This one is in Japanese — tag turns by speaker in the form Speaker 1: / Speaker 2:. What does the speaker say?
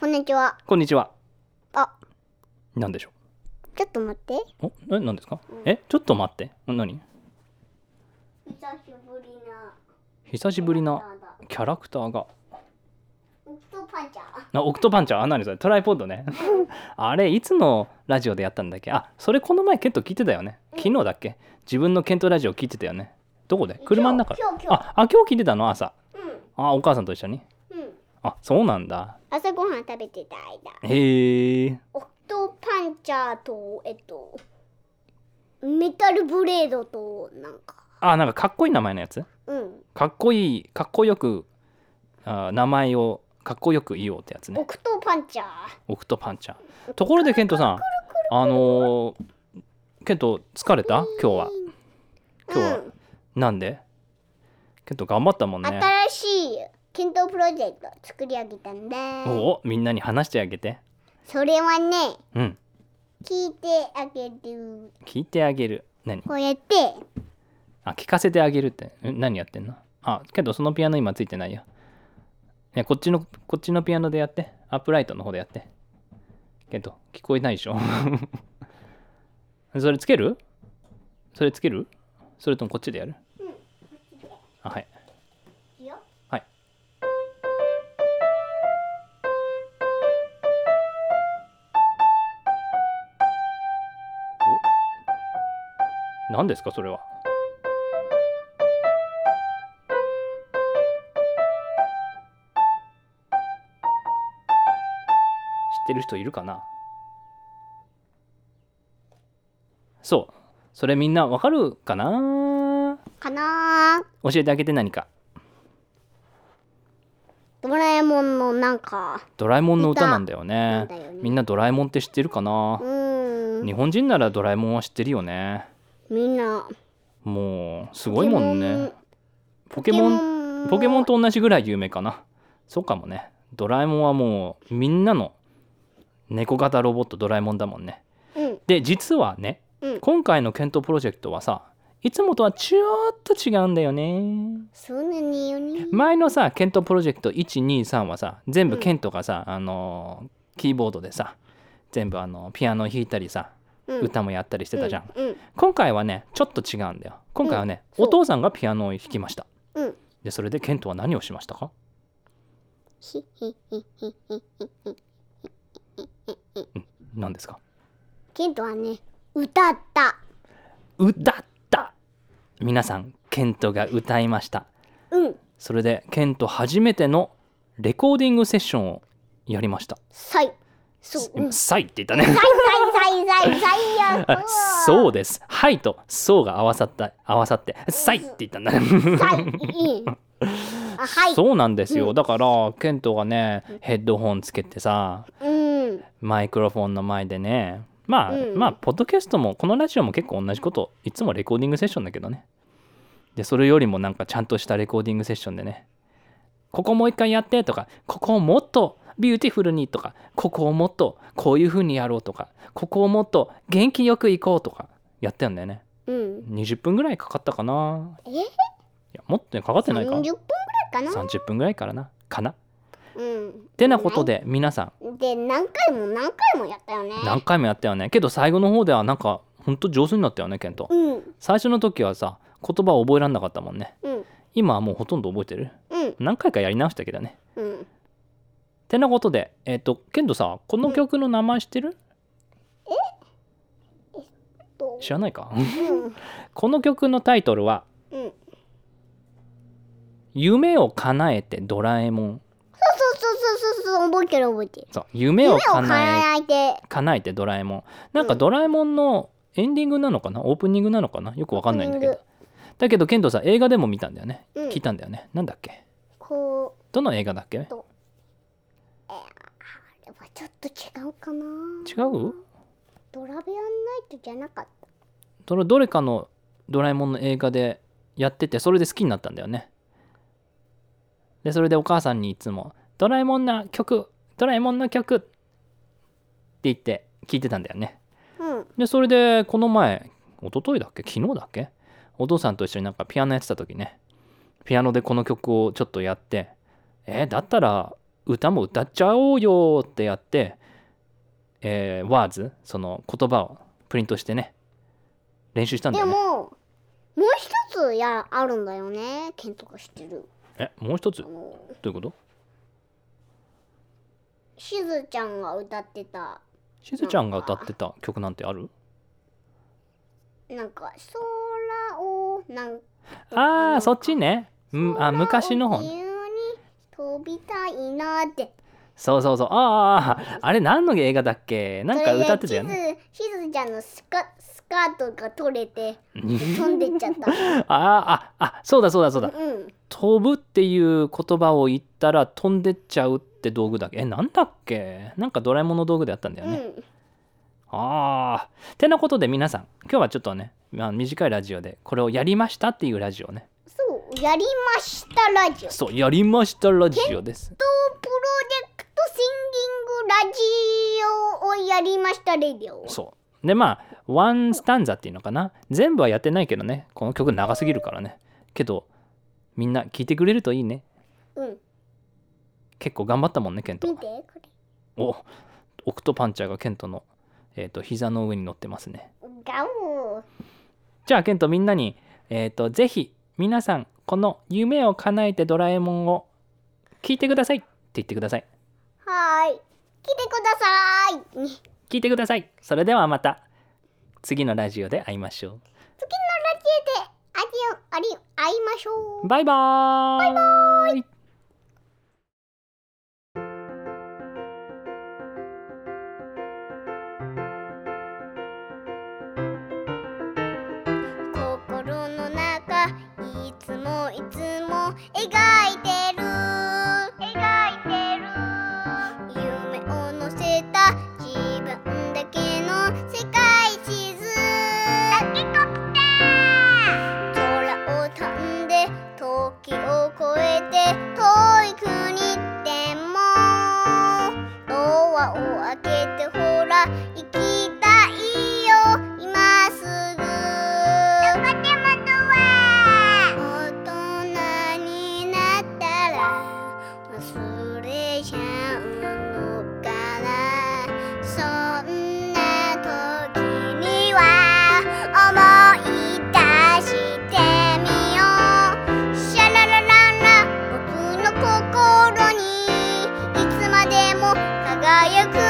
Speaker 1: こんにちは。
Speaker 2: こんにちは。
Speaker 1: あ、
Speaker 2: なんでしょ
Speaker 1: ちょっと待って。
Speaker 2: う。お、な、なんですか。え、ちょっと待って。な何
Speaker 1: 久しぶりな。
Speaker 2: 久しぶりなキャラクターが。
Speaker 1: ウクトパンチャー。
Speaker 2: あ、オクトパンチャー、あ、何それ、トライポッ ドね。あれ、いつのラジオでやったんだっけ。あ、それこの前ケント聞いてたよね。昨日だっけ。自分のケントラジオ聞いてたよね。どこで。車の中で。
Speaker 1: 今日今日
Speaker 2: あ、あ、今日聞いてたの、朝。
Speaker 1: う
Speaker 2: あ、お母さんと一緒に。
Speaker 1: ん。うん。
Speaker 2: あ、そうなんだ。
Speaker 1: 朝ごはん食べてた間。
Speaker 2: へえ。
Speaker 1: オクトパンチャーと、えっと、メタルブレードと、なんか。
Speaker 2: あ、なんかかっこいい名前のやつ。
Speaker 1: うん。
Speaker 2: かっこいい、かっこよく。あ、名前を。かっこよく言おうってやつね
Speaker 1: オ。クトパンチャー。
Speaker 2: オクトパンチャー。ところでケントさん、あのー、ケント疲れた今日は。今日は
Speaker 1: うん
Speaker 2: なんでケント頑張ったもんね。
Speaker 1: 新しい検討プロジェクト作り上げたんだ。
Speaker 2: おお、みんなに話してあげて。
Speaker 1: それはね、
Speaker 2: うん、
Speaker 1: 聞いてあげる。
Speaker 2: 聞いてあげる。何
Speaker 1: こうやって、
Speaker 2: あ、聞かせてあげるって。ん何やってんのあ、ケントそのピアノ今ついてないよ。ね、こっちの、こっちのピアノでやって。アップライトの方でやって。ケント、聞こえないでしょ それつけるそれつけるそれともこっちでやるあ、はい。
Speaker 1: いいよ
Speaker 2: はい。お何ですかそれは知ってる人いるかなそうそれみんなわかるかな
Speaker 1: かなー
Speaker 2: 教えてあげて何か
Speaker 1: ドラえもんのなんか、
Speaker 2: ドラえもんの歌なんだよね
Speaker 1: 歌なんだよね
Speaker 2: みんなドラえもんって知ってるかな
Speaker 1: う、ーん、
Speaker 2: 日本人ならドラえもんは知ってるよね
Speaker 1: みんな。
Speaker 2: もうすごいもんねポ
Speaker 1: ポケ
Speaker 2: ケ
Speaker 1: モ
Speaker 2: モン
Speaker 1: ン。
Speaker 2: ポケモン
Speaker 1: と。
Speaker 2: と同じぐらい有名かなそうかもねドラえもんはもうみんなの猫型ロボットドラえもんだもんね
Speaker 1: うん、
Speaker 2: で実はね
Speaker 1: うん。
Speaker 2: 今回の検討プロジェクトはさいつもとはちょっと違うんだよね
Speaker 1: そうなのよね。
Speaker 2: 前のさケントプロジェクト123はさ全部ケントがさ、あのキーボードでさ全部あのピアノ弾いたりさ、
Speaker 1: うん
Speaker 2: 歌もやったりしてたじゃん、
Speaker 1: うん。
Speaker 2: 今回はねちょっと違うんだよ今回はね、
Speaker 1: うんそう
Speaker 2: お父さんがピアノを弾きました
Speaker 1: うん。
Speaker 2: でそれでケントは何をし ましたか
Speaker 1: ひひひひひ。
Speaker 2: 何ですか
Speaker 1: ケントはね、歌った。
Speaker 2: 歌った皆さんケントが歌いました
Speaker 1: うん。
Speaker 2: それでケント初めてのレコーディングセッションをやりました
Speaker 1: さい。そう。うん
Speaker 2: 今「サイ」って言ったね
Speaker 1: さいさいさいさいさい
Speaker 2: あ
Speaker 1: や。
Speaker 2: そうです。はいと、そうが合わさった、合わさって、さいって言ったんだね。
Speaker 1: さい。うん。あ、はい。
Speaker 2: そうなんですよ。だから、ケントがね、ヘッドホンつけてさ、
Speaker 1: うん。
Speaker 2: マイクロフォンの前でね、まあ、
Speaker 1: うん
Speaker 2: まあ、ポッドキャストも、このラジオも結構同じこと、いつもレコーディングセッションだけどね。で、それよりもなんかちゃんとしたレコーディングセッションでね、ここもう一回やってとか、ここをもっとビューティフルにとか、ここをもっとこういう風にやろうとか、ここをもっと元気よく行こうとか、やったんだよね。
Speaker 1: うん。
Speaker 2: 20分ぐらいかかったかな
Speaker 1: え
Speaker 2: いやもっとねかかってない
Speaker 1: 30
Speaker 2: か
Speaker 1: 分ぐらいかな。
Speaker 2: 30分ぐらいからなかな
Speaker 1: うん。
Speaker 2: てなことで皆さ
Speaker 1: で何回も何回もやったよね。
Speaker 2: ん何回もやったよねけど最後の方ではなんかほんと上手になったよねケント
Speaker 1: うん
Speaker 2: 最初の時はさ言葉を覚えらんなかったもんね
Speaker 1: うん
Speaker 2: 今はもうほとんど覚えてる
Speaker 1: うん
Speaker 2: 何回かやり直したけどね
Speaker 1: うん。
Speaker 2: てなことでえっ、とケントさこの曲の名前知ってる
Speaker 1: と
Speaker 2: 知らないか
Speaker 1: うん
Speaker 2: この曲のタイトルは
Speaker 1: うん。
Speaker 2: 「夢を叶えてドラえもん
Speaker 1: そうそうそうそうそう覚えてる覚えてる」。
Speaker 2: そう夢
Speaker 1: 夢
Speaker 2: を
Speaker 1: を
Speaker 2: 叶え
Speaker 1: 叶えて。
Speaker 2: 叶えてドラえもんなんかドラえもんのエンディングなのかなオープニングなのかなよくわかんないんだけ
Speaker 1: オー
Speaker 2: ど
Speaker 1: プ
Speaker 2: だけどケントさん映画でも見たんだよね、
Speaker 1: うん
Speaker 2: 聞いたんだよねなんだっけ
Speaker 1: こう
Speaker 2: どの映画だっけ
Speaker 1: とあれはちょっと違うかな。
Speaker 2: 違う
Speaker 1: ドラベアンナイトじゃなかった。
Speaker 2: それどれかのドラえもんの映画でやっててそれで好きになったんだよねでそれでお母さんにいつも「ドラえもんの曲ドラえもんの曲」って言って聞いてたんだよね
Speaker 1: うん
Speaker 2: でそれでこの前一昨日だっけ昨日だっけお父さんと一緒になんかピアノやってた時ねピアノでこの曲をちょっとやってえーだったら歌も歌っちゃおうよってやって、えー、ワーズその言葉をプリントしてね練習したんだ
Speaker 1: で
Speaker 2: よ
Speaker 1: も
Speaker 2: ね
Speaker 1: もう一つやあるんだよね剣とか知ってる
Speaker 2: えもう一つ
Speaker 1: あ
Speaker 2: ど
Speaker 1: の
Speaker 2: ういうこと
Speaker 1: しずちゃんが歌ってた
Speaker 2: しずちゃんが歌ってた曲なんてある
Speaker 1: なんか空をなん
Speaker 2: ああそっちねうんあ
Speaker 1: 空を
Speaker 2: 昔の方
Speaker 1: 自由に飛びたいなって
Speaker 2: そうそうそうあーあーあれ何の映画だっけなんか歌ってたよね
Speaker 1: それでしずしずちゃんのスカスカートが取れて飛んでっちゃった
Speaker 2: あーああそうだそうだそうだ
Speaker 1: うん
Speaker 2: 飛ぶっていう言葉を言ったら飛んでっちゃうって道具だっけえなんだっけなんかドラえもんの道具であったんだよ
Speaker 1: う
Speaker 2: ね、
Speaker 1: ん
Speaker 2: ああてなことで皆さん今日はちょっとね、まあ、短いラジオでこれをやりましたっていうラジオね
Speaker 1: そうやりましたラジオと
Speaker 2: そうやりましたラジオです
Speaker 1: プロジェクトシンギングラジオをやりましたレディオ
Speaker 2: そうでまあワンスタンザっていうのかな全部はやってないけどねこの曲長すぎるからねけどみんな聴いてくれるといいね
Speaker 1: うん
Speaker 2: 結構頑張ったもんねケント
Speaker 1: 見てこれ
Speaker 2: おオクトパンチャーがケントの、えー、と膝の上に乗ってますね
Speaker 1: ガオー
Speaker 2: じゃあケントみんなに、えー、とぜひ皆さんこの「夢を叶えてドラえもん」を聞いてくださいって言ってください
Speaker 1: はーい来てくださいね次のラジ
Speaker 2: 聞いてくださいそれではまた次のラジオで会いましょ
Speaker 1: オでありあり会いましょ
Speaker 2: う
Speaker 1: う
Speaker 2: バイバーイバイバーイ
Speaker 1: 心の中いつもいつも描いてる描いてる夢を乗せた自分だけの世界地図だけこって空を飛んで時を越えて遠い国でもドアを開けてほら行きたいよ今すぐどこでもドア大人になったら忘れちゃうのかなそんな時には思い出してみようシャララララ僕の心にいつまでも輝く 아,